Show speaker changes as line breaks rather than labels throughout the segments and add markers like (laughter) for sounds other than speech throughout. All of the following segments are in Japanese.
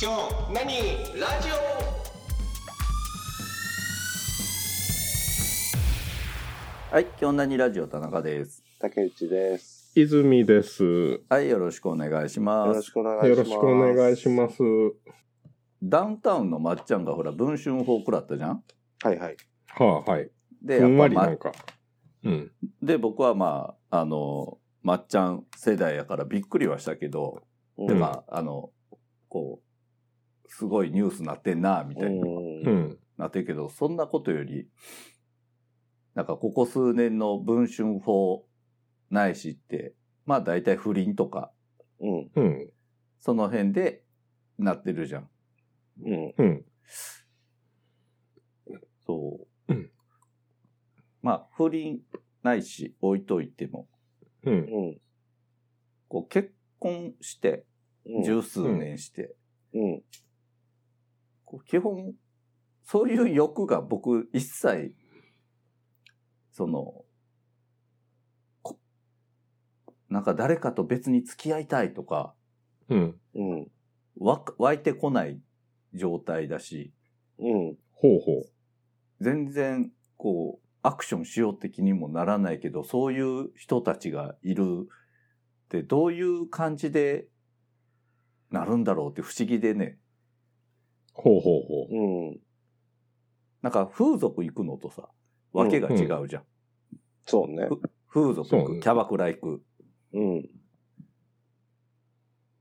今日何ラジオ
はい、今日何ラジオ田中です。
竹内です。
泉です。よ
はい、よろしくお願いし
よ
ま
ろ
す
し。くお願いします。
ろしくお願いします。
ダウンタウンのまっちゃんがほら、文春法食らったじゃん
はいはい。
はあ、はい。
で、
ふんわり
ま
なんか。うん。
で、僕はまあ、あの、まっちゃん世代やからびっくりはしたけど、
うん
で、まあ、あの、こう、すごいニュースなってんな、みたいな、
う
うん
ん。
なってるけど、そんなことより、なんかここ数年の文春法ないしって、まあ大体不倫とか、
うん
うん。
その辺でなってるじゃん。
うん
うん。
そう。
うん
まあ、不倫ないし、置いといても、
うん。
うん
こう結婚して、
うん
十数年して、
うん
こう基本、そういう欲が僕一切、その、こなんか誰かと別に付き合いたいとか、
うん。
うん
わ湧いてこない状態だし、
うん
ほうほ
全然、こう、アクションしよう的にもならないけど、そういう人たちがいるって、どういう感じでなるんだろうって不思議でね、
う。ほうほう
う
ほ
ん
なんか風俗行くのとさ、わけが違うじゃん。
そうね。
風俗行
そう
く、
ね
キャバクラ行く。
うん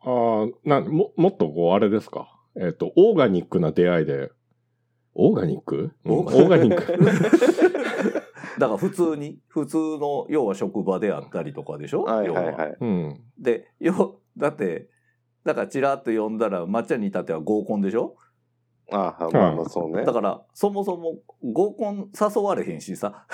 う。ああ、な、も、もっとこう、あれですか。えっと、オーガニックな出会いで、オーガニックうん
オ
オ
ー
ー
ガ
ガニック。
(laughs)
だから普通に、普通の、要は職場であったりとかでしょ
はいはい
要は
はい。
うん。
で、よ、だって、だからチラッと呼んだら、抹茶に至っては合コンでしょ
ああまあまあそうね
だ。から、そもそも合コン誘われへんしさ。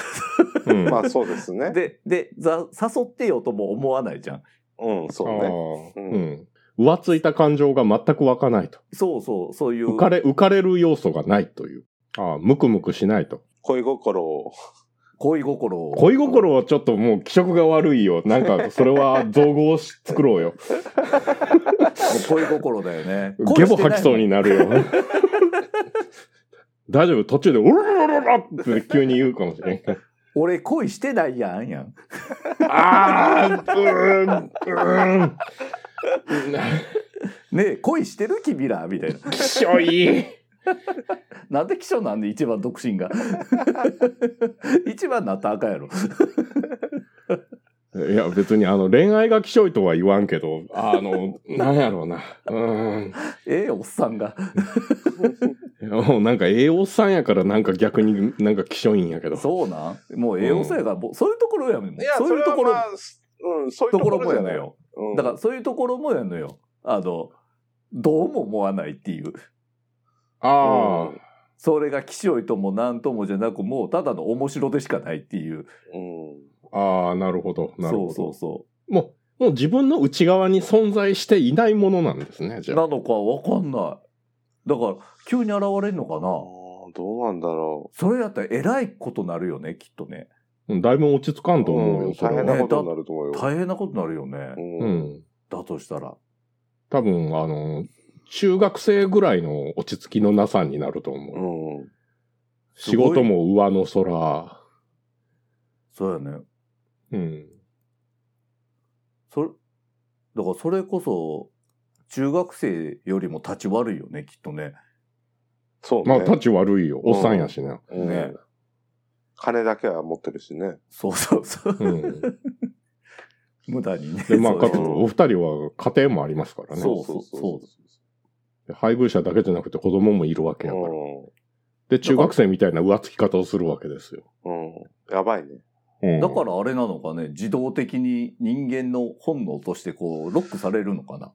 うん。
まあそうですね。
で、で、ざ誘ってよとも思わないじゃん。
うんそうね。
ああ、
うん
うん。浮ついた感情が全く湧かないと。
そうそう、そういう。
浮かれ、浮かれる要素がないという。ああ、ムクムクしないと。
恋心を。
恋心を。
恋心はちょっともう気色が悪いよ。なんか、それは造語をし作ろ
(laughs)
うよ。
恋心だよね。
ゲボ吐きそう
恋してないもん。
になるよ。大丈夫途中で、おろろろろって急に言うかもしれん。
俺恋してないやんやん。
あー、うーん、うーん。
ねえ、恋してる君らみたいな。
きしょい。
なんで気象なんで一番独身が。 (laughs) 一番なったらあかんやろ。
いや、別にあの、恋愛がきしょいとは言わんけど、あの、なんやろうな。うーん。
ええおっさんが。
もうなんか、栄養さんやからなんか逆になんかきしょいんやけど。
そうなんもうええおっさんやから、もうそういうところやもん。
いや
そういうと
そ
こ
れ
ろ、
はまあうんそういう
と
とこ
ころ
ろ
も
じ
や
ゃ
の
ない。
よ。
うん
だからそういうところもやのよ。あの、どうも思わないっていう。
ああ。
それが岸いとも何ともじゃなく、もうただの面白でしかないってい
う
う。
ん
ああ、なるほど。
そ
なるほ
う
ど。
そうそ
もう、もう自分の内側に存在していないものなんですね、じ
う。
ゃ
な
あ。
のかわかんない。だから、急に現れるのか
あ
な
あどうなんだろ
それやったら偉いことなるよね、きっとね。
うんだいぶ落ち着かん
う。
と思う
う
よ、
ん
そ
大
れ
変
は。
なことになると思うよ。
大変なことなるよね。
う
うん
ん。
だとしたら。
多分、あの、中学生ぐらいの落ち着きのなさになると思う。
うん
す
仕
ごい
事も上の空。
そうやね。
うん。
それ、だからそれこそ、中学生よりも立ち悪いよね、きっとね。
そう
まあ、
ね。
立ち悪いよ。おっさんやしね。
うん
ね
金だけは持ってるしね。
そうそう
(laughs)
そう。
うん。
無駄にね。
で、まあ、
そう
かつ、
そう
お二人は家庭もありますからね。
そうそう
で配偶者だけじゃなくて子供もいるわけやから。
う
で、中学生みたいな浮つき方をするわけですよ。
ん。うん。やばいね。
うん、
だからあれなのかね、自動的に人間の本能としてこう、ロックされるのかな。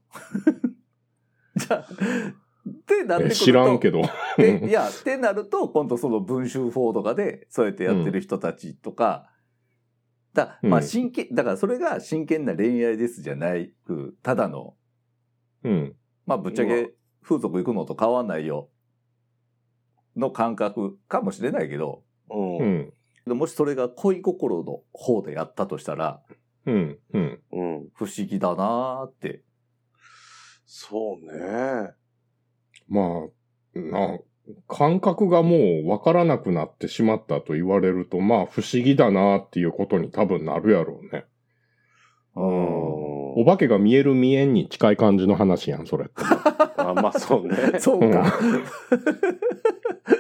(laughs) じゃあ、ってなってく
え
ると。
知らんけど。
でいや、ってなると、今度その文集法とかで、そうやってやってる人たちとか、だ、まあ
うん
真剣、だからそれが真剣な恋愛ですじゃないく、ただの、
うん。
まあぶっちゃ
うわ
け風俗行くのと変わんないよ、の感覚かもしれないけど、
うん。
う
うん。
ん。
でもしそれが恋心の方でやったとしたら、
うん。うん。
不思議だなーって。
そうね。
まあ、な、感覚がもうわからなくなってしまったと言われると、まあ不思議だなっていうことに多分なるやろうね。
う
うん
お
ん。
化けが見える見えんに近い感じの話やん、それ (laughs) って。
あまあそうね。
そうか。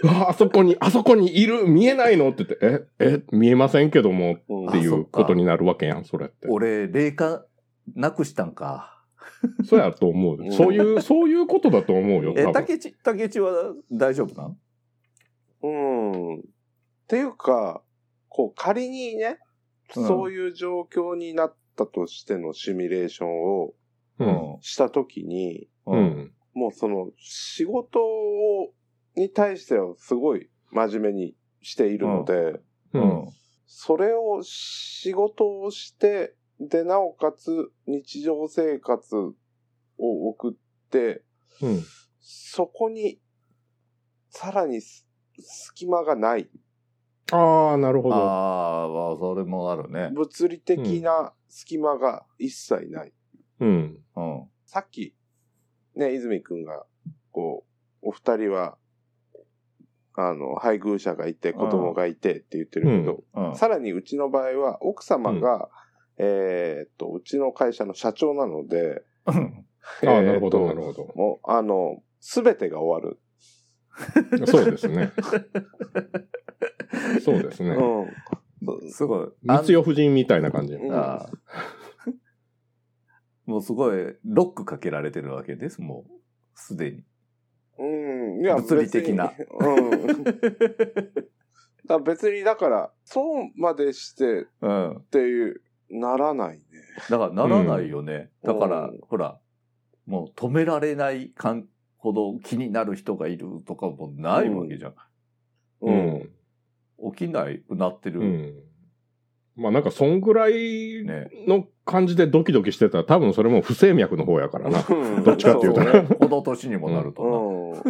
うわあそこに、あそこにいる見えないのって言って、え、え、見えませんけども
うん
ってい
あそっ
う
か
ことになるわけやん、それって。
(laughs) 俺、霊感なくしたんか。
そうやと思
うん
う。そういう、そういうことだと思うよ、
え、
多分。
竹内、竹内は大丈夫なん
うん。っていうか、こう仮にね、
うん
そういう状況になったとしてのシミュレーションを
うん。
したときに、
う。
うんん。
もうその仕事を、に対してはすごい真面目にしているので、
う。
うんん。
それを仕事をして、で、なおかつ日常生活を送って、
うん。
そこにさらにす隙間がない。
ああ、なるほ
あ
ど。
あ、まあ、それもあるね。
物理的な隙間が一切ない。
うん。
うん。
さっき、ね、泉くんが、こう、お二人は、あの、配偶者がいて、子供がいてって言ってるけど、
うん。 (laughs)
さらにうちの場合は、奥様が、えーっと、うちの会社の社長なので、
うん
ああ、なるほ
え
ど、
ー
な
っ
る
と
ほど。
もう、あの、すべてが終わる。
(laughs) そうですね。そうですね。
うん。
すごい。
三代夫人みたいな感じ。
うん
ああ (laughs) もうすごい、ロックかけられてるわけです、もう。すでに。
うん。いや、
物理的な
別に。うん。だから別に、だから、そうまでしてっ
うん。
ていう、ならないね。
だから、ならないよね。
うん
だから
うん、
ほら、もう止められない感ほど気になる人がいるとかもないわけじゃん。
う
うん
ん。
起きないくなって
う
る。
ん。まあなんか、そんぐらい
ね。
の感じでドキドキしてたら、多分それも不整脈の方やからな。どっちかっていうと
そ
ね
ね。
この年にもなるとな。
う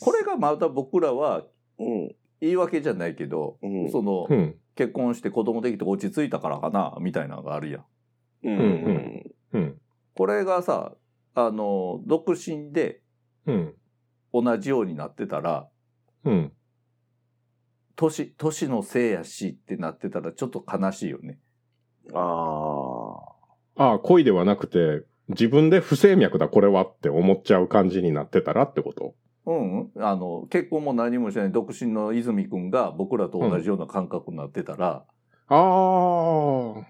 これがまた僕らは
ん。
言い訳じゃないけど、
うん。
その、
うん。
結婚して子供できて落ち着いたからかな、みたいなのがあるやん。
うん。
うんうん。
これがさ、あの、独身で
うん。
同じようになってたら、
うん。
年、年のせいやしってなってたらちょっと悲しいよね。
ああ。
ああ、恋ではなくて、自分で不整脈だ、これはって思っちゃう感じになってたらってこと
うん、うん、あの、結婚も何もしない独身の泉くんが僕らと同じような感覚になってたら、
ああ。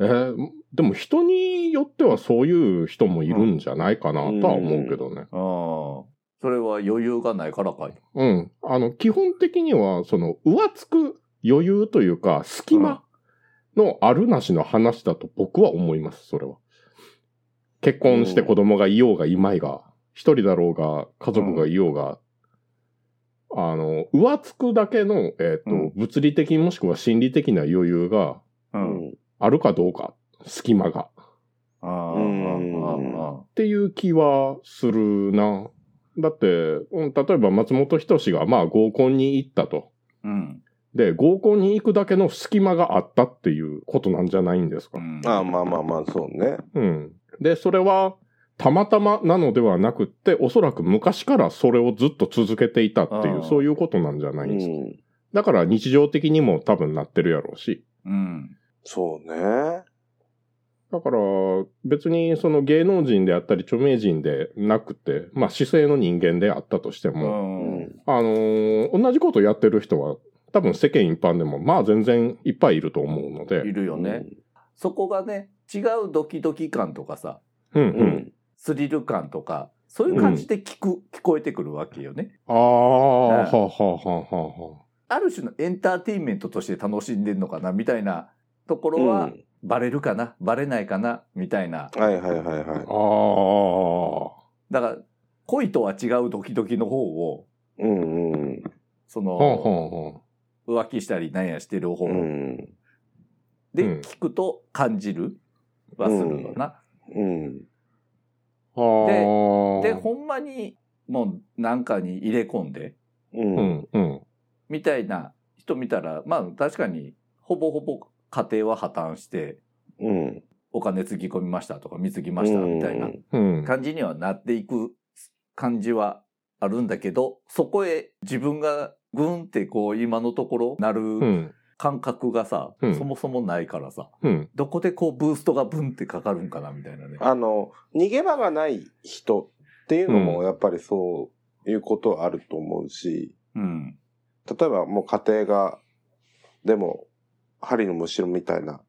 えーでも人によってはそういう人もいるんじゃないかなとは思うけどね。
うん、それは余裕がないからかい。
うん。あの、基本的には、その、浮つく余裕というか、隙間のあるなしの話だと僕は思います、それは。結婚して子供がいようがいまいが、一人だろうが、家族がいようが、あの、浮つくだけの、えっ、と、
うん
物理的もしくは心理的な余裕が
う
う。
んん。
あるかどうか、隙間が。
ああ、あ
うん
あ、ああ。
っていう気はするな。だって、うん例えば松本人志がまあ合コンに行ったと。
うん。
で、合コンに行くだけの隙間があったっていうことなんじゃないんですか。
ああ、まあまあまあ、そうね。
うん。で、それはたまたまなのではなくって、おそらく昔からそれをずっと続けていたってい
あー
う、そういうことなんじゃな
う
いんですか。
ん。
だから日常的にも多分なってるやろうし。
うん。
そうね。
だから別にその芸能人であったり著名人でなくて、まあ姿勢の人間であったとして
う。
も、
うん
うん。。
あのー同じことやってる人は、多分世間一般でも、まあ全然いっぱいいると思うの
い
で、
るよね。。そこがね、違うドキドキ感とかさ、
うんう。
うんん。
スリル感とか、そういう感じで聞く、聞こえてくるわけよね。
ああ、
ね
はあはあはあはあは
ある種のエンターテインメントとして楽しんでんのかな、みたいなところは、バレるかな、バレないかな、みたいな。
はいはいはいは
あ。あ
だから、恋とは違うドキドキの方を、
い。うんうん。
そ
あ、はあ
の、
は
浮気したりなんやしてる方
うん。
で聞くと感じるはするのな。
うん。
あはあ。
で、ほんまに、もう、なんかに入れ込んで、
う。
うんん、うん。
みたいな人見たら、まあ、確かに、ほぼほぼ家庭は破綻して、
うん。
お金つぎ込みましたとか、貢ぎましたみたいな
うん。
感じにはなっていく感じはあるんだけど、そこへ自分がぐんってこう今のところな
う
る
ん。
感覚がさ、
うん
そもそもないからさ、
うん。
どこでこうブーストがブンってかかるんかなみたいなね。
あの、逃げ場がない人っていうの
う
も、やっぱりそういうことはあると思うし、
うん。
例えばもう家庭が、でも、針のむしろみたいな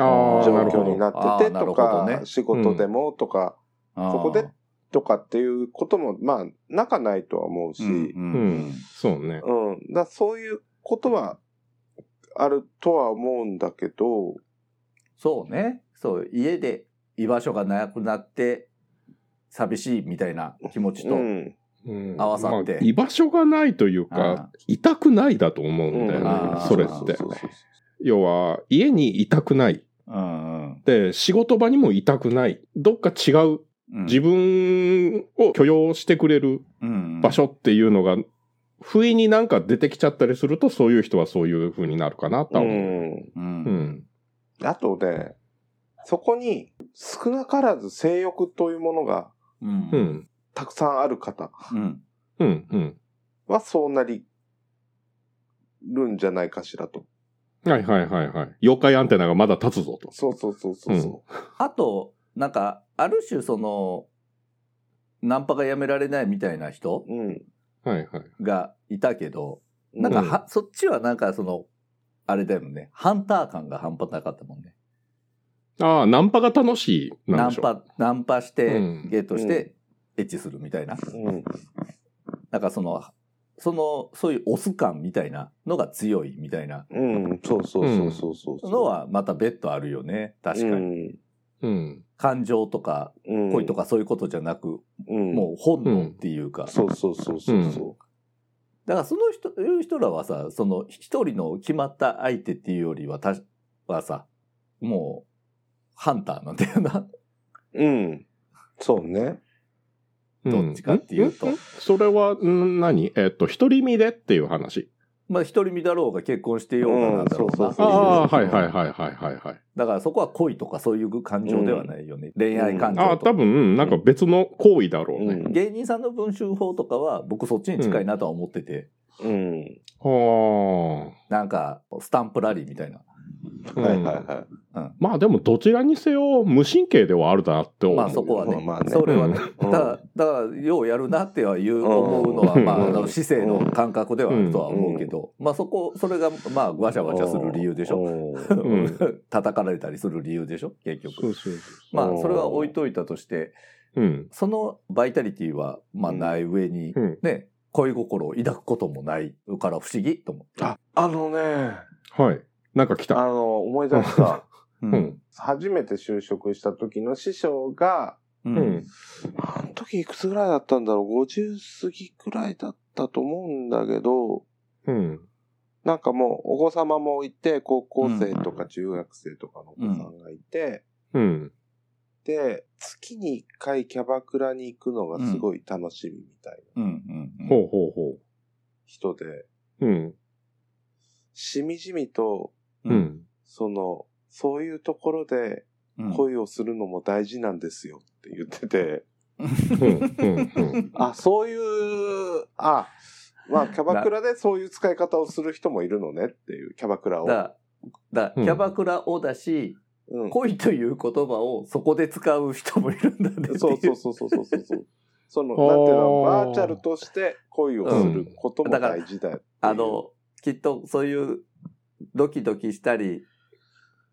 ああ、
状
なる
況
ほ
に
ど。
なって
あー
て
なる
と
ほど
か、
ね
仕事でもとか、
そ
そこでとかっていうことも、まあ、なかないとは思うし、
うん
うん。
う
うん
ん。そうね。
だそういうことは、あるとは思うんだけど、
そうね。そう、家で居場所がなくなって、寂しいみたいな気持ちと、
うん。
うん
合わさって
まあ居場所がないというか、痛くないだと思うんだよ
あ
ね
ー、
それっ
そう
て
そ。うそう
要は、家にいたくない。
うん
で、仕事場にもいたくない。どっか違う、
うん
自分を許容してくれる
分
場所っていうのが、不意になんか出てきちゃったりすると、そういう人はそういう風になるかなと
そう
は
う
思う。
ん。
う
うんん。
あとね、そこに少なからず性欲というものが
うん
う。
うん
たくさんある方
ん
うん。うん。
はそうなりるんじゃないかしらと。
はいはいはいはい。妖怪アンテナがまだ立つぞと。
そうそうそうそうそ
あとなんかある種そのナンパがやめられないみたいな人
う。うん。
はいはい。
がいたけどなんか
うん
は、そっちはなんかそのあれだよねハンター感が半端なかったもんね
ああ、ナンパが楽しいな
ナ
ん
ン
でしょう。
パナンパして、
うん
ゲットして、エッチするみたいな
うん。
なんかそのそのそういうオス感みたいなのが強いみたいな
うん。そうそうそうそうそうそう。
のはまた別途あるよね確かに、
うん、
うん。
感情とか
うん。
恋とかそういうことじゃなく、
うん。
もう本能っていうか、
そうそうそうそうそ
だからその人、いう人らはさ、その一人の決まった相手っていうよりはた、はさ、もう、ハンターなんだよな。
う。うん。そうね。
どっちかっていうと
んんそれは、ん何えっと、独り身でっていう話。
まあ一人身だろうが結婚してようがなんだろうな、
うんそうそう
あ
そう
あ、
そ
は
う
いはいはいはいはいはい。
だからそこは恋とかそういう感情ではないよね。恋愛感
あ
情
あ、
と
多
か。
分、うんなんか別の行為だろう
う
ね。
ん。
芸人さんの文春法とかは僕そっちに近いなとは思ってて、
うん。
はあ。
なんかスタンプラリーみたいな。
うん
はいはいは
まあでも、どちらにせよ、無神経ではあるなって思う。
まあそこはね。
まあまあね
それはね。
うん
だから、だからようやるなっては言う、思うのは、
うん
まあ、あ
う
の、
ん
姿勢の感覚ではあるとは思うけど、まあそこ、それが、まあ、わちゃ
い。
わちゃする理由でしょ。
ょ
ん
(laughs) 叩かれたりする理由でしょ結
そ
局
う。そう
まあ、それは置いといたとして、
そう。うん。
そのバイタリティは、まあ、ない上に
う、ん。
ね、恋心を抱くこともないから不思議と思った。
あ、あのね、
はい。なんか来
あ
た。
の、思い出した。
う
う。ん。
初めて就職した時の師匠が、
う
うんん。
あの時いくつぐらいだったんだろう ?50 過ぎくらいだったと思うんだけど、
うん。
なんかもうお子様もいて、高校生とか中学生とかのお子さんがいて、
うん。
で、月に1回キャバクラに行くのがすごい楽しみみたいな
うん。うん。うん
ほうほうほ
人で、
う。うん。
しみじみと、
う。ん。
その、そういうところで
うん
恋をするのも大事なんですよって言ってて、
うん。うん。うん。
あ、そういう、あ、まあ、キャバクラでそういう使い方をする人もいるのねっていう、キャバクラを。
だ、だ、キ
うん
ャバクラをだし、
うん、
恋という言葉をそこで使う人もいるんだねっていう。
そうそうそうそうそうそう
(laughs)
そう。その、
あー
なんていうの、バーチャルとして恋をすることも
うんだから
大事だよっていう。
あの、きっとそういうドキドキしたりっ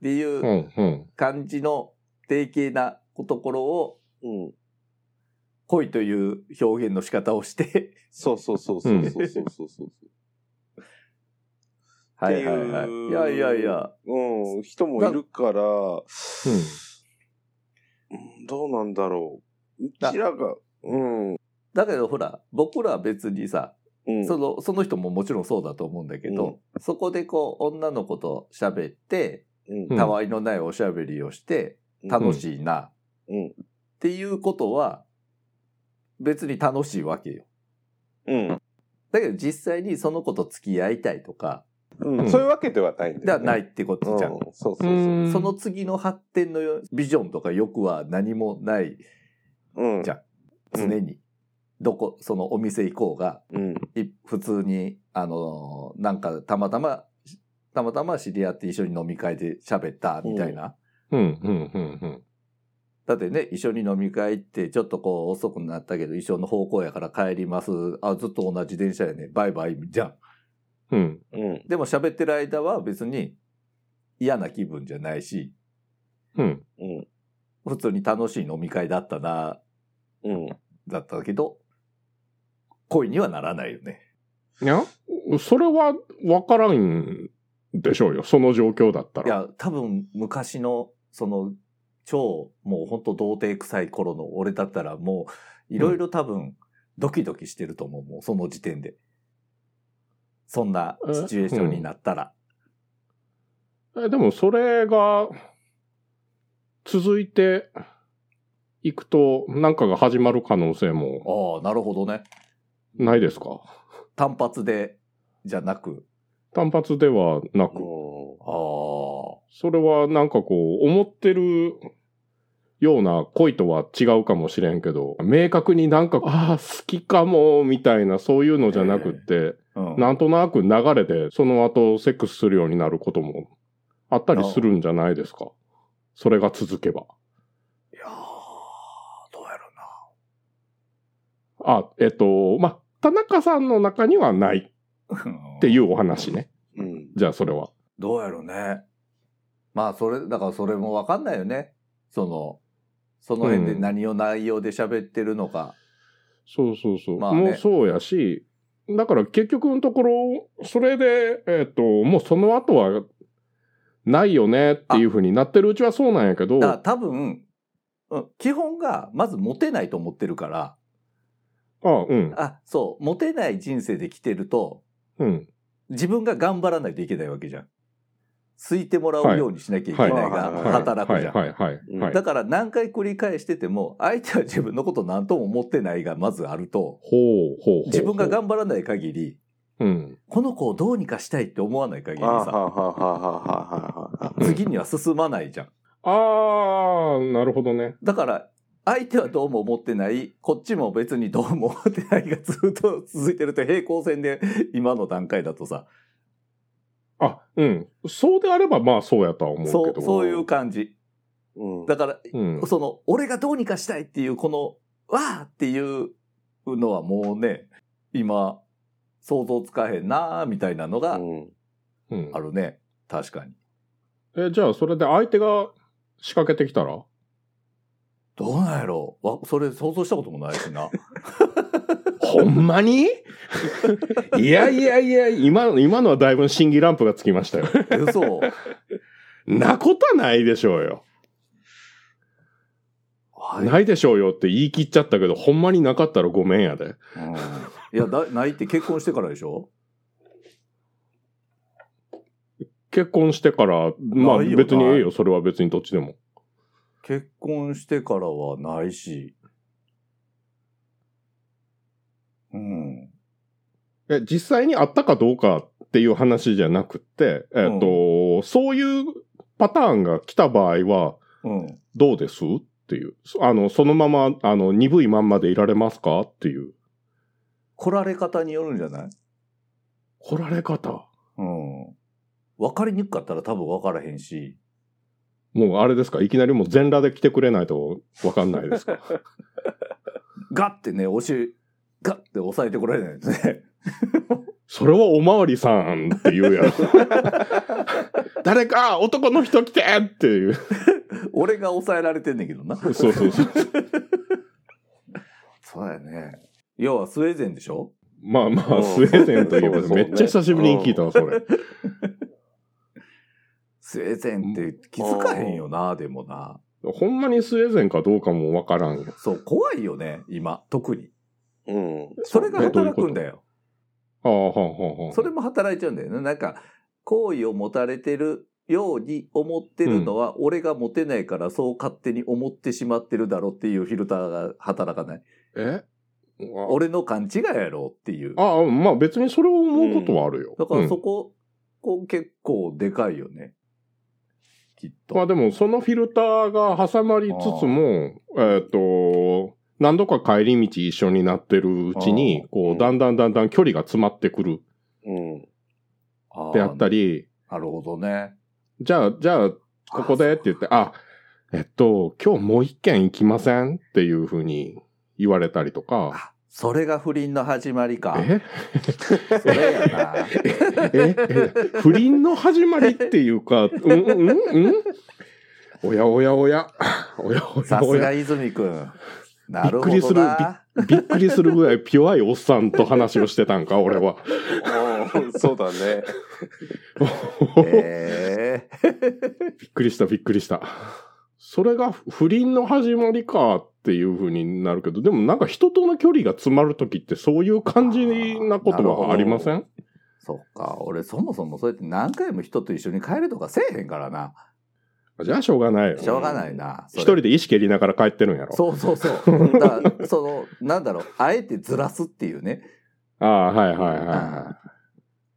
て
う。
いうん
うん。
感じの定型なところを
うん。
恋という表現の仕方をして、
そうそうそうそうそうそうそうそう。
は
てい
いうはいはい。いやいやいや、
うん、人もいるから、
うん
うんどうなんだろう。うちらが、うん、
だけどほら、僕らは別にさ、
うん。
その、その人ももちろんそうだと思うんだけど、そこでこう、女の子と喋って、
うん
うん
たわいのないおしゃべりをして、楽しいな、
うん
っていうことは、別に楽しいわけよ。
うん。
だけど実際にその子と付き合いたいとか、
うん
うん
そういうわけではないんだよね
ではないってことじゃ
うんん。そうそう
う
そう。
ん
その次の発展のよビジョンとか欲は何もない、
うん。
じゃ常に。どこ、そのお店行こうが、
うん。
い普通に、あのーなんかたまたま、たまたま知り合って一緒に飲み会で喋ったみたいな。
うん、うん、うん、
だってね、一緒に飲み会行って、ちょっとこう遅くなったけど、一緒の方向やから帰ります。あ、ずっと同じ電車やね。バイバイ、じゃん。
うん。うん。
うん。
でも喋ってる間は別に嫌な気分じゃないし、
うん。
うん。
普通に楽しい飲み会だったな、
うん。
だったけど、恋にはならないよね。
いや、それはわからんでしょうよ。その状況だった
い
ら。
や、多分昔の、その、超、もうほんと童貞臭い頃の俺だったらもう、いろいろ多分、ドキドキしてると思う、もうその時点で。そんなシチュエーションになったら。
えでも、それが、続いていくと、なんかが始まる可能性も
ああ、なるほどね。
ないですか
単発で、じゃなく、
単発ではなく。
ああ、
それはなんかこう、思ってるような恋とは違うかもしれんけど、明確になんか、ああ、好きかも、みたいな、そういうのじゃなくって、
うん
なんとなく流れで、その後、セックスするようになることもあったりするんじゃないですか。それが続けば。
いやーどうやろうな。
あ、えっと、まあ、田中さんの中にはないっていうお話ね。
うん。
じゃあ、それは。
どうやろうね。まあ、それ、だからそれもわかんないよね。その、その辺で何を内容で喋ってるのか。
そうそうそう。
まあね
もうそうやし、だから結局のところ、それで、えっ、と、もうその後は、ないよねっていうふうになってるうちはそうなんやけど、
だから多分、うん基本が、まずモテないと思ってるから、
あ、うん、
あ、そう、モテない人生で来てると、
うん、
自分が頑張らないといけないわけじゃん。好いてもらうようにしなきゃいけないが、
はい
はい
働くじゃん。
はい、はい、
うん
はい。
だから何回繰り返してても、相手は自分のこと何とも思ってないがまずあると、
ほう、ほう、ほう。
自分が頑張らない限り、
うん。
この子をどうにかしたいって思わない限り
あはは
さ、
はははは。
うん
次には進まないじゃん。
あー、なるほどね。
だから、相手はどうも思ってない、こっちも別にどうも思ってないがずっと続いてると平行線で今の段階だとさ、
あ、うん。そうであれば、まあ、そうやとは思うけ
そ
ど。
う、そういう感じ。
うん。
だから、
うん。
その、俺がどうにかしたいっていう、この、わーっていうのはもうね、今、想像つかへんなーみたいなのが
うん。
うん
あるね。確かに。
え、じゃあ、それで相手が仕掛けてきたら
どうなんやろうわ、それ想像したこともないしな。
ほんまにいやいやいや、今の、今のはだいぶ審議ランプがつきましたよ。
嘘。
なことはないでしょうよ。
はい
ないでしょうよって言い切っちゃったけど、ほんまになかったらごめんやで。
うんいやだ、ないって結婚してからでしょ
結婚してから、まあ
ないよ
別に
ない
ええよ、それは別にどっちでも。
結婚してからはないし。うん。
え、実際にあったかどうかっていう話じゃなくって、えっ、と、そういうパターンが来た場合は、
うん。
どうですっていう。そあの、そのまま、あの、鈍いまんまでいられますかっていう。
来られ方によるんじゃない
来られ方。
うん。分かりにくかったら多分分からへんし。
もうあれですかいきなりもう全裸で来てくれないとわかんないですか
ガッてね、押し、ガッて押さえてこられないですね。 (laughs)
それはおまわりさんって言うやろ。 (laughs) 誰か男の人来てっていう。
俺が抑えられてんねんけどな。
そうそうそう。
そうだよね。要はスウェーデンでしょ
まあま
う
あ、
ん
スウェーデンといえば
そうそう
めっちゃ久しぶりに聞いたわ、それ。
スウェーデンって気づかへんよな、でもな。
ほんまにスウェーデンかどうかもわからんよ。
そう、怖いよね、今、特に。
うん。
それが
そうね
働くんだよ。
ああ、はあ、はあ、はあ。
それも働いちゃうんだよね。なんか、好意を持たれてるように思ってるのは、俺が持てないからそう勝手に思ってしまってるだろっていうフィルターが働かない。
え
俺の勘違いやろっていう。
ああ、まあ別にそれを思うことはあるよ。
だから
うん
そこ、こ結構でかいよね。きっと。
まあでも、そのフィルターが挟まりつつも、えっ、と、何度か帰り道一緒になってるうちに
あ、
こ
うん
う、だんだんだんだん距離が詰まってくる
うん。
あー
であったり、
なるほどね。
じゃあ、じゃあ、ここでって言って、あ、えっと、今日もう一軒行きませんっていうふうに言われたりとか、
あ、それが不倫の始まりか。
え
それ
(laughs)
やな。
ええ不倫の始まりっていうか、うんうんうんおやおやおや、おやお
さ
やお
す
や
が、泉くん。なるほどな。
びっくりするびっくりするぐらいピュアいおっさんと話をしてたんか、俺は。
おーそうだね。
ええ
びっくりした、びっくりした。それが不倫の始まりかっていう風になるけど、でもなんか人との距離が詰まるときってそういう感じなことはありません
そっか。俺そもそもそうやって何回も人と一緒に帰るとかせえへんからな。
じゃあしょうがないよ。
しょうがないな。そ
一
れ
人で意識蹴りながら帰ってるんやろ。
そうそうそう。
(laughs)
だから、その、なんだろう、あえてずらすっていうね。
ああ、はいはいはい
あ
は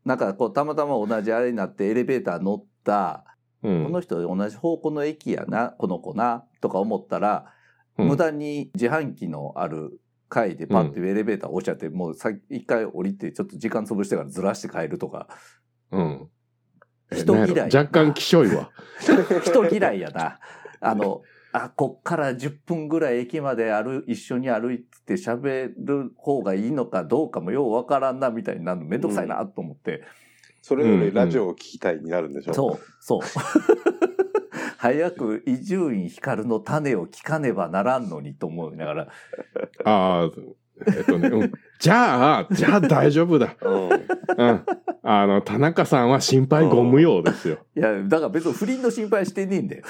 なんかこう、たまたま同じあれになってエレベーター乗った、
い。う
こ
ん
の人同じ方向の駅やな、この子な、とか思ったら、
うん
無駄に自販機のある階でパッてエレベーター落ちちゃって、もうさ一回降りてちょっと時間潰してからずらして帰るとか、
うん。え
人嫌い
なんやろ若干きしょいわ。
人嫌いやな。あの、あ、こっから10分ぐらい駅まで歩、一緒に歩いて喋る方がいいのかどうかもようわからんなみたいになるのめんどくさいなと思って。
それぞれラジオを聞きたいになるんでしょ、
そう、そう。早く伊集院光の種を聞かねばならんのにと思いながら、
ああ、えっとね、うん。じゃあ、じゃあ大丈夫だ。
うん。
うん。あの、田中さんは心配ご無用ですよ。
いや、だから別に不倫の心配してねえんだよ。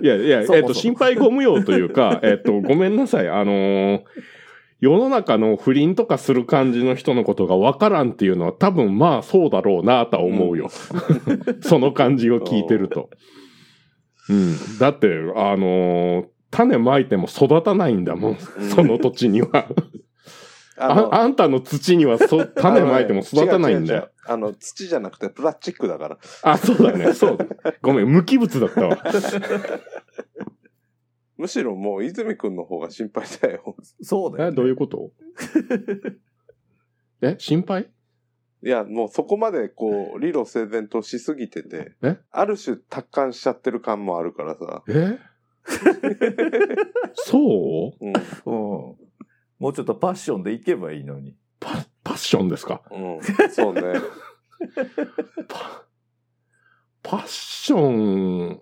いやいや、
そもそも
えっと、心配ご無用とい
(laughs)
うか、えっと、ごめんなさい。あのー世の中の不倫とかする感じの人のことがわからんっていうのは多分まあそうだろうなとは思うよ。 (laughs) その感じを聞いてると。うん。だって、あのー種まいても育たないんだもん。
うん
その土地には。
あ
あ
の
あんたの土に
(laughs)
はそ種まいても育たないんだよ。
あのね違う違う違うあの、土じゃなくてプラスチックだから。
あ、そうだね。そうだ。ごめん、無機物だったわ。
むしろもう泉くんの方が心配だよ。
そうだよ、
え、
ね。
どういうこと
(laughs)
え、心配
いや、もうそこまでこう、理路整然としすぎてて
え、
ある種達観しちゃってる感もあるからさ。
え (laughs) そう
うん。
うん。もうちょっとパッションでいけばいいのに。
パパッションですか
うん。 (laughs) そうね。
パパッション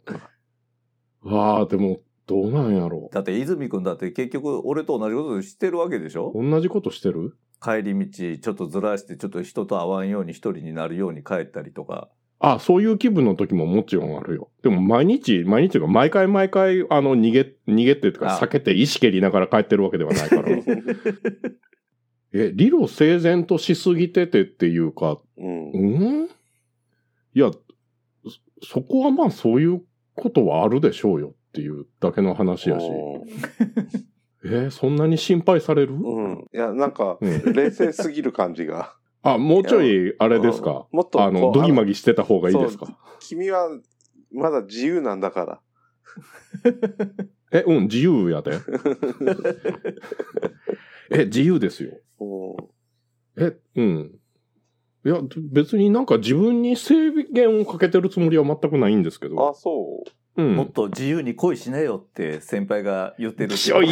はでもどうなんやろ
だって泉くんだって結局俺と同じことしてるわけでしょ
同じことしてる
帰り道ちょっとずらしてちょっと人と会わんように一人になるように帰ったりとか
あそういう気分の時ももちろんあるよでも毎日毎日が毎回毎回あの逃げ逃げてとか
あ
避けて意識蹴りながら帰ってるわけではないから (laughs) え理路整然としすぎててっていうか
うん。
うんいや、そそこはまあそういうことはあるでしょうよっていうだけの話やし。えーそんなに心配される、
うん。いや、なんか、
うん
冷静すぎる感じが。
あ、もうちょいあれですか
うんもっとこう
あの、ドギマギしてた方がいいです
そ
か
君は、まだ自由なんだから。
え、うん、自
(laughs)
由やで。え、自由ですよ。
うん
え、うん。いや、別になんか自分に制限をかけてるつもりは全くないんですけど。
あ、そう。
う
もっ
ん。
と自由に恋しなよって先輩が言ってる
きしょい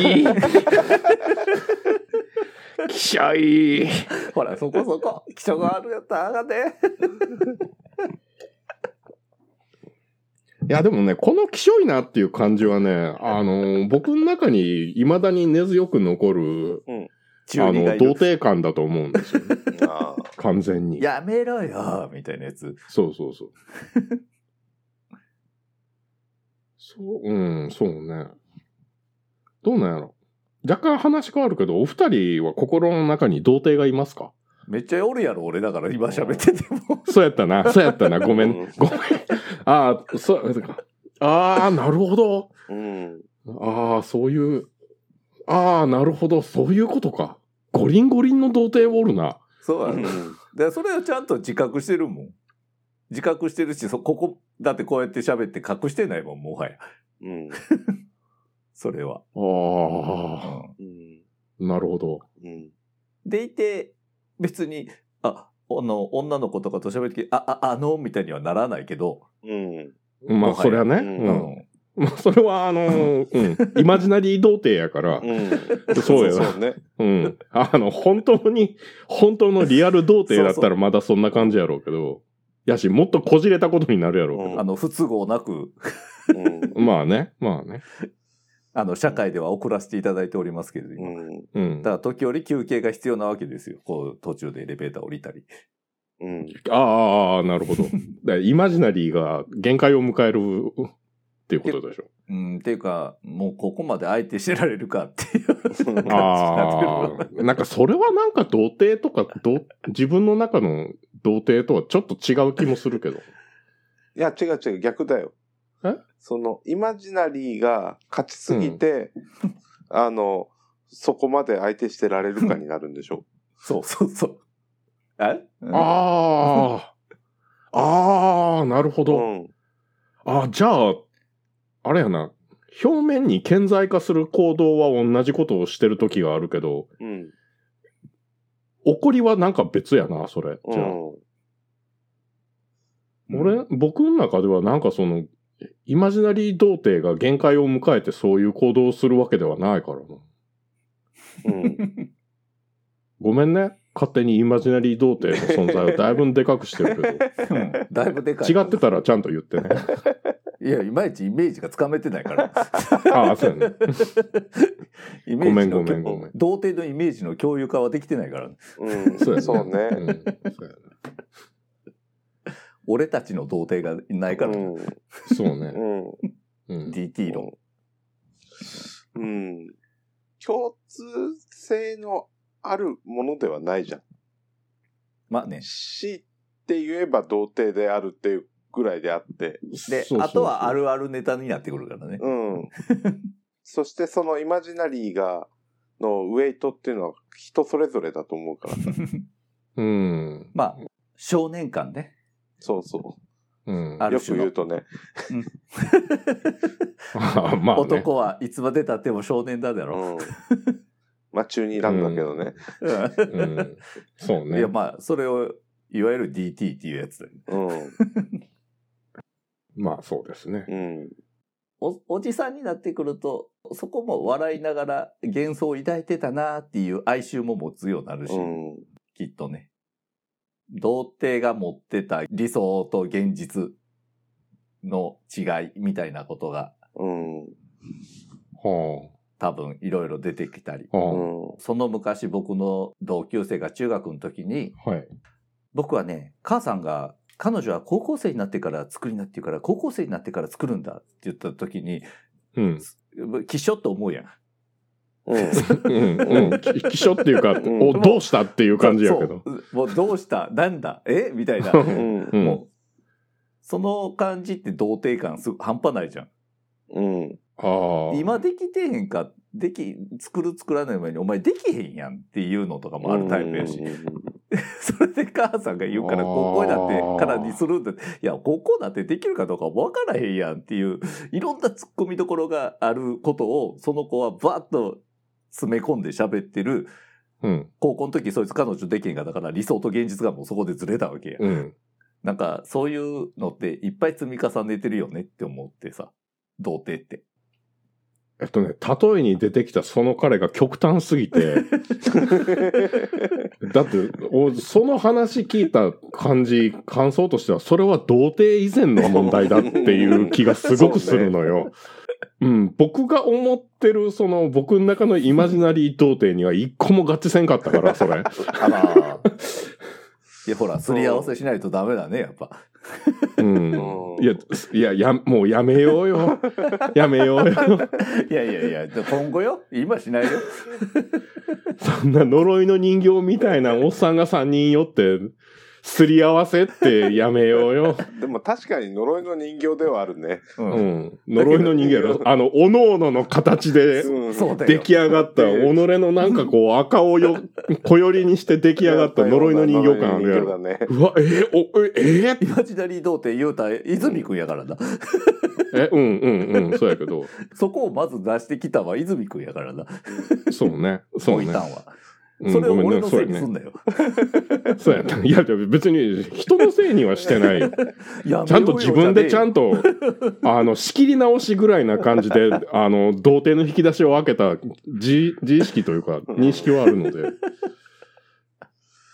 きしょい
ほらそこそ (laughs) こ気象があるやったらあがね
いや、でもね、このきしょいなっていう感じはね、あの、僕の中に未だに根強く残る、あ
中二が
の、
い
童
る
貞感だと思う
(laughs)
んですよ、ね、
あー
完全に。
やめろよみたいなやつ
そうそうそう。そう、うん、そうね。どうなんやろ。若干話変わるけど、お二人は心の中に童貞がいますか
めっちゃおるやろ俺だから今喋ってても (laughs)
そうやったな、そうやったな、ごめん、
うん
ごめん。ああ、そう、ああ、なるほど。
うん。
ああ、そういう、ああ、なるほど、そういうことか。ゴリンゴリンの童貞おるな。
そう
う
やろ
ん
でそれをちゃんと自覚してるもん自覚してるし、そここ、だってこうやって喋って隠してないもん、もはや。
うん。
それは。う
ああ、
ん
うん。
なるほど。
うん。
でいて、別に、あ、あの、女の子とかと喋るとき、あ、あ、あの、みたいにはならないけど、
うん。
ま
も
あ、
はや
それはね。
う
う
うん
ん。
まあ、それは、あのー、うん。イマジナリー童貞やから、
うん。
そうよ
そうね。
うん。あの、本当に、本当のリアル童貞だったらまだそんな感じやろうけど、やし、もっとこじれたことになるやろうけ
あの、不都合なく、
うん。
ど。まあね、まあね。
あの、社会では送らせていただいておりますけれど、今。
うん。
うん
だか。ら、時折休憩が必要なわけですよ。こう、途中でエレベーター降りたり。
うん。
ああああ、なるほ
(laughs)
ど。だからイマジナリーが限界を迎えるっていうことでしょ。
うん、っていうか、もうここまで相手してられるかっていう
(laughs)
感じに (laughs) なってる
ああ、なんかそれはなんか童貞とか、ど自分の中の童貞とはちょっと違う気もするけど。
(laughs) いや、違う違う、逆だよ。
え
その、イマジナリーが勝ちすぎて、あの、そこまで相手してられるかになるんでしょ。
そうそうそう。え、うん
ああ、ああ、なるほ
う
ど。
ん。
あ、じゃあ、あれやな。表面に顕在化する行動は同じことをしてる時があるけど、
うん。
怒りはなんか別やな、それ。
う
じゃあ、
ん。
俺、僕の中ではなんかその、イマジナリー童貞が限界を迎えてそういう行動をするわけではないからな。
うん。
ごめんね。勝手にイマジナリー童貞の存在をだいぶでかくしてるけ
うんだいぶでかい。
ど、違ってたらちゃんと言ってね。
いや、いまいちイメージがつかめてない
(laughs)
から。
ああ、そうやね。
イメ
ごめ
ージ
んご
の
めんごめん。
童貞のイメージの共有化はできてないから、
(laughs) うん。
そうやね。
そうね。
んそうやね
俺たちの童貞がいないから、
そうね。
うん。うん。
うん。
DT 論。
うん。共通性のあるものではないじゃん。
まあね。
死って言えば童貞であるっていうぐらいであって。
で
そうそうそう
あとはあるあるネタになってくるから
(laughs)
ね。
うん。そしてそのイマジナリーが、のウェイトっていうのは人それぞれだと思うから。
うん。
まあ、少年間ね。
そうそ
うん。
あ
う。よ
る
く
種の
言うとね。
あ (laughs) まあね、
男はいつまでたっても少年だだ
う
ろ。
ん。 (laughs) まあ中二なんだけどね。
うんそう
うん
ね。
いや、まあ、それを、いわゆる DT っていうやつだよね。
うん。
まあ、そうですね。
うん。
おおじさんになってくると、そこも笑いながら幻想を抱いてたなっていう哀愁も持つようになるし、
うん。
きっとね。童貞が持ってた理想と現実の違いみたいなことが
うん。
は
多分いろいろ出てきたり。
あ。
うん。
は
その昔僕の同級生が中学の時に、
あ。はい。
僕はね、母さんが彼女は高校生になってから作りなっていうから、高校生になってから作るんだって言った時に、 (laughs)
うん。
きしょっと思うやん。
(laughs) うん。
うん。うん。き (laughs) 起承っていうか、
ん
お、どうしたっていう感じやけど。
そう。もうどうしたなんだえみたいな。
う
うん。
うん
もう、その感じって童貞感す半端ないじゃん。
うん。
ああ。
今できてへんか、でき、作る作らない前に、お前できへんやんっていうのとかもあるタイプやし。 (laughs) それで母さんが言うから、
あー
高校になってからにするんだって。いや、高校なんてできるかどうか分からへんやんっていう、いろんな突っ込みどころがあることを、その子はバーッと詰め込んで喋ってる。
うん。
高校の時、そいつ彼女できへんかったから、理想と現実がもうそこでずれたわけや。
うん。
なんか、そういうのっていっぱい積み重ねてるよねって思ってさ、童貞って。
えっとね、例えに出てきたその彼が極端すぎて、だって、おその話聞いた感じ、感想としては、それは童貞以前の問題だっていう気がすごくするのよ。うん、僕が思ってる、その、僕の中のイマジナリー童貞には一個も合致せんかったから、それ。
あら。 (laughs) いや、ほら、すり合わせしないとダメだね、やっぱ。
うん。いや、すいや、や、もうやめようよ。やめようよ。
いやいやいや、今後よ。今しないよ。
そんな呪いの人形みたいなおっさんが3人寄って、すり合わせってやめようよ。
でも確かに呪いの人形ではあるね。
うん
うん。呪いの人間やろ。あの、おのおのの形で
うん
そうだよ。
出来上がった、己のなんかこう赤をよ、小寄りにして出来上がった呪いの人形感あるや
呪
ろ。
いの人形だね。
うわ、えーお、ええー
イマジナリー童貞言うたら泉くんやからな。
え、うんうんうん、そうやけど。
そこをまず出してきたは泉くんやからな。
そうね。そう
い
ね
た。んは。
うん
それを
ごめ
俺
ん
の
ね
せい
そう
にす
やね
ん
(laughs)
なよ。
そうやった。いや、でも別に人のせいにはしてないよ。
や
ちゃんと自分でちゃ
と。
んと、 (laughs) あの、仕切り直しぐらいな感じ (laughs) で、あの、童貞の引き出しを開けた自自意識というか、認識はあるので、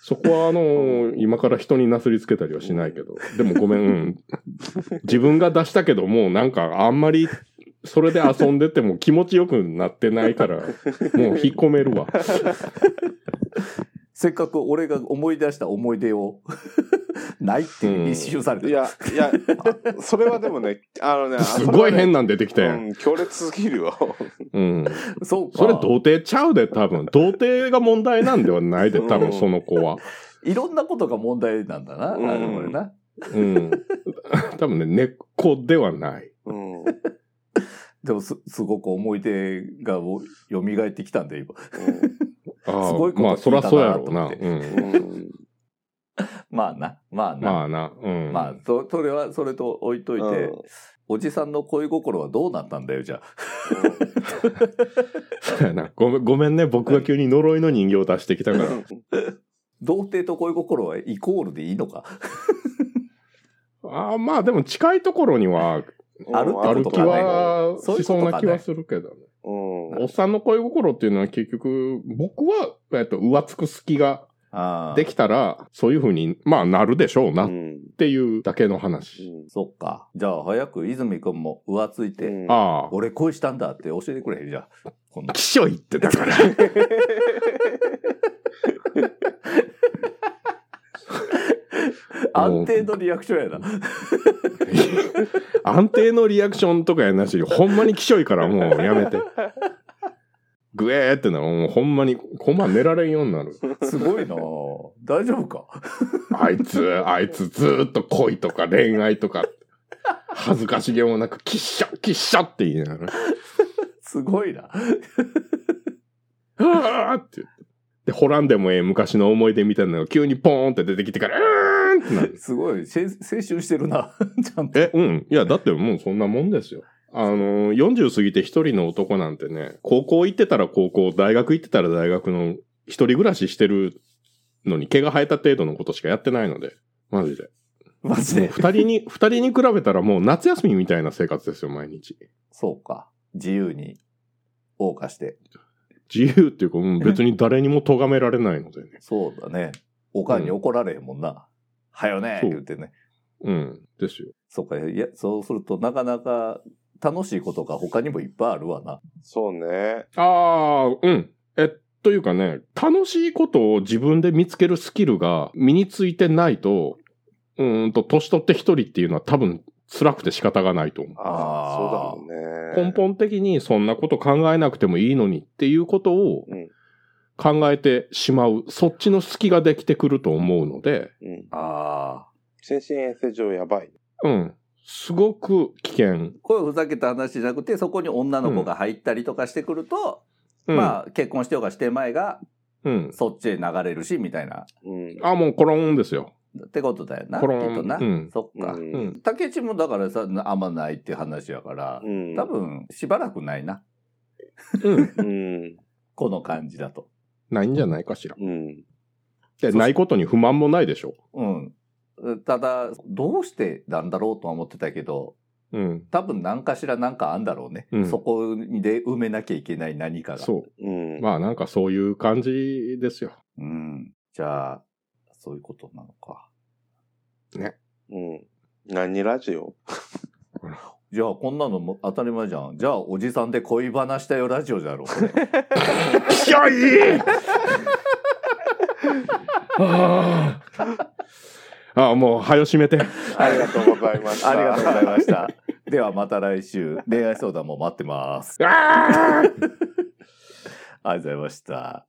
そこは、あの、今から人になすりつけたりはしないけど、でもごめんうん、自分が出したけど、もうなんか、あんまり、それで遊んでても気持ちよくなってないから、もう引っ込めるわ。
せっかく俺が思い出した思い出を (laughs) ないっていう一周された。
いや、いや、あそれはでもね、あのね、あ
(laughs) すごい変
な。
なん出てきたやん。
うん、強烈すぎるよ。
うん。
そうか。
それ童貞ちゃうで、多分。童貞が問題なんではないで、多分その子は。
いろんなことが問題なんだな。あ
うん
のこれな。
うん。 (laughs) 多分ね、根っこではない。
うん。うん
でもす、すごく思い出がお蘇ってきたんで、今。
あ
す
あ
ごいこと
まあ、そらそうやろうな。
聞いた
うん。
うん
まあな、まあな。ま
まあな。うん。
あ、そそれは、それと置いといて、
うん
おじさんの恋心はどうなったんだよ、じゃあ。
そうや (laughs) な。ごめん、ごめんね。僕が急に呪いの人形を出してき
(laughs)
たから。
童貞と恋心はイコールでいいのか。 (laughs)
ああ、まあでも近いところには、
うん
ある
あ
って
る
こと
気
かね
は
そうい
し
うこと
そう
かね
な気はするけどね。
うん
おっさんの恋心っていうのは結局、僕は、えっと、浮つく隙が
ああ。
できたら、そういうふうに、まあ、なるでしょうな
う
っ
ん
ていうだけの話。
そっか。じゃあ、早く泉くんも浮ついて、
うん
ああ。
俺恋したんだって教えてくれへんじゃん。
(laughs)
今度
きしょいってだから。
安定のリアクションやな。
安定のリアクションとかやなし、ほんまにきしょいからもうやめて。グエーってな、もうほんまに、ほんま寝られんようになる。
すごいなあ大丈夫か
あいつ、あいつずーっと恋とか恋愛とか、恥ずかしげもなく、きっしょ、きっしょって言いながら、
すごいな。
あーって言って。で、ホランでもええ昔の思い出みたいなのが急にポーンって出てきてから、うーんってなる。
すごい。せ青春してるな。 (laughs) ちゃんと。
え、うん。いや、だってもうそんなもんですよ。あのー、40過ぎて一人の男なんてね、高校行ってたら高校、大学行ってたら大学の一人暮らししてるのに毛が生えた程度のことしかやってないので、マジで。
マジ
もう
で。
二人に、二 (laughs) 人に比べたらもう夏休みみたいな生活ですよ、毎日。
そうか。自由に、謳歌して。
自由っていうか、うん別に誰にも咎められないのでね。
そうだね。おかんに怒られへんもんな。はよね
そう
言ってね。
うん。ですよ。
そうか。いや、そうするとなかなか楽しいことが他にもいっぱいあるわな。
そうね。
ああ、うん。え、というかね、楽しいことを自分で見つけるスキルが身についてないと、うーんと、年取って一人っていうのは多分辛くて仕方がないと思う。
あ
あ
あ、
ー
そうだもんね。
根本的にそんなこと考えなくてもいいのにっていうことを
うん
考えてしまう、そっちの隙ができてくると思うので、
うん。
ああ。
精神衛生上やばい。
うん。すごく危険。
こういうふざけた話じゃなくて、そこに女の子が入ったりとかしてくると、
うん、
まあ、結婚してようがしてまいが、
うん。
そっちへ流れるし、みたいな。
うん。
あ、もうコロンですよ。
ってことだよな、きっ
コロン
とな。
うん
そっ
う。
か。
うんん。
竹内もだからさ、あんまないって話やから、
うん
多。分、しばらくないな。
うん。
うん。
この感じだと。
ないんじゃないかしら。
うん。
でないことに不満もないでしょ。
うん。ただ、どうしてなんだろうとは思ってたけど、
うん。
多分何かしら何かあんだろうね。
うん
そこで埋めなきゃいけない何かが。う。
そうう。
ん。
まあなんかそういう感じですよ。
ん。じゃあ、そういうことなのか。
うん。何ラジオ
じゃあ、こんなのも当たり前じゃん。じゃあ、おじさんで恋話したよラジオじゃろ、これ。
ひょいああ。ああ、もう、はよ閉めて。
(laughs) ありがとうございました。
(laughs) ありがとうございました。 (laughs) ではまた来週、恋愛相談も待ってます。
ああ
ありがとうございました。